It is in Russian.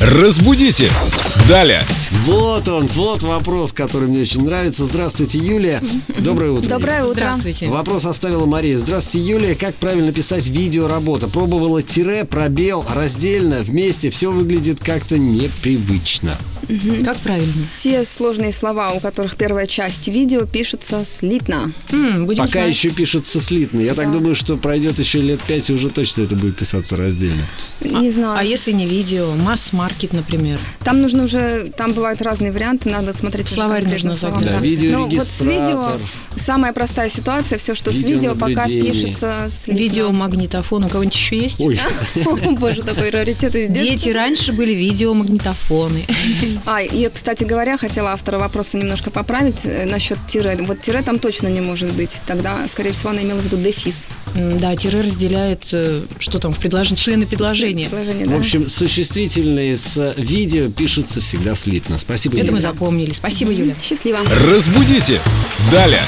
Разбудите! Далее! Вот он, вот вопрос, который мне очень нравится. Здравствуйте, Юлия. Доброе утро. Доброе утро. Здравствуйте. Вопрос оставила Мария. Здравствуйте, Юлия. Как правильно писать видеоработа? Пробовала тире, пробел, раздельно, вместе. Все выглядит как-то непривычно. Как правильно? Все сложные слова, у которых первая часть видео пишется слитно. М, будем Пока знать. еще пишется слитно. Я так думаю, что пройдет еще лет пять, и уже точно это будет писаться раздельно. Не знаю. А если не видео, масс-маркет, например. Там нужно уже, там бывают разные варианты, надо смотреть уже Словарь конкретно нужно словам, заглядывать. Да, Но вот с видео видеорегистратор. самая простая ситуация, все, что с видео, пока Видеонаблюдение. пишется с Видеомагнитофон. У кого-нибудь еще есть? Ой, Боже, такой раритет из детства. Дети раньше были видеомагнитофоны. А, и, кстати говоря, хотела автора вопроса немножко поправить э, насчет тире. Вот тире там точно не может быть. Тогда, скорее всего, она имела в виду дефис. М, Да, тире разделяет, э, что там, в предложении, члены предложения. Предложение, в да. общем, существительные с видео пишутся всегда слитно. Спасибо, Это мы Юлия. запомнили. Спасибо, Юля. Счастливо. Разбудите! Далее!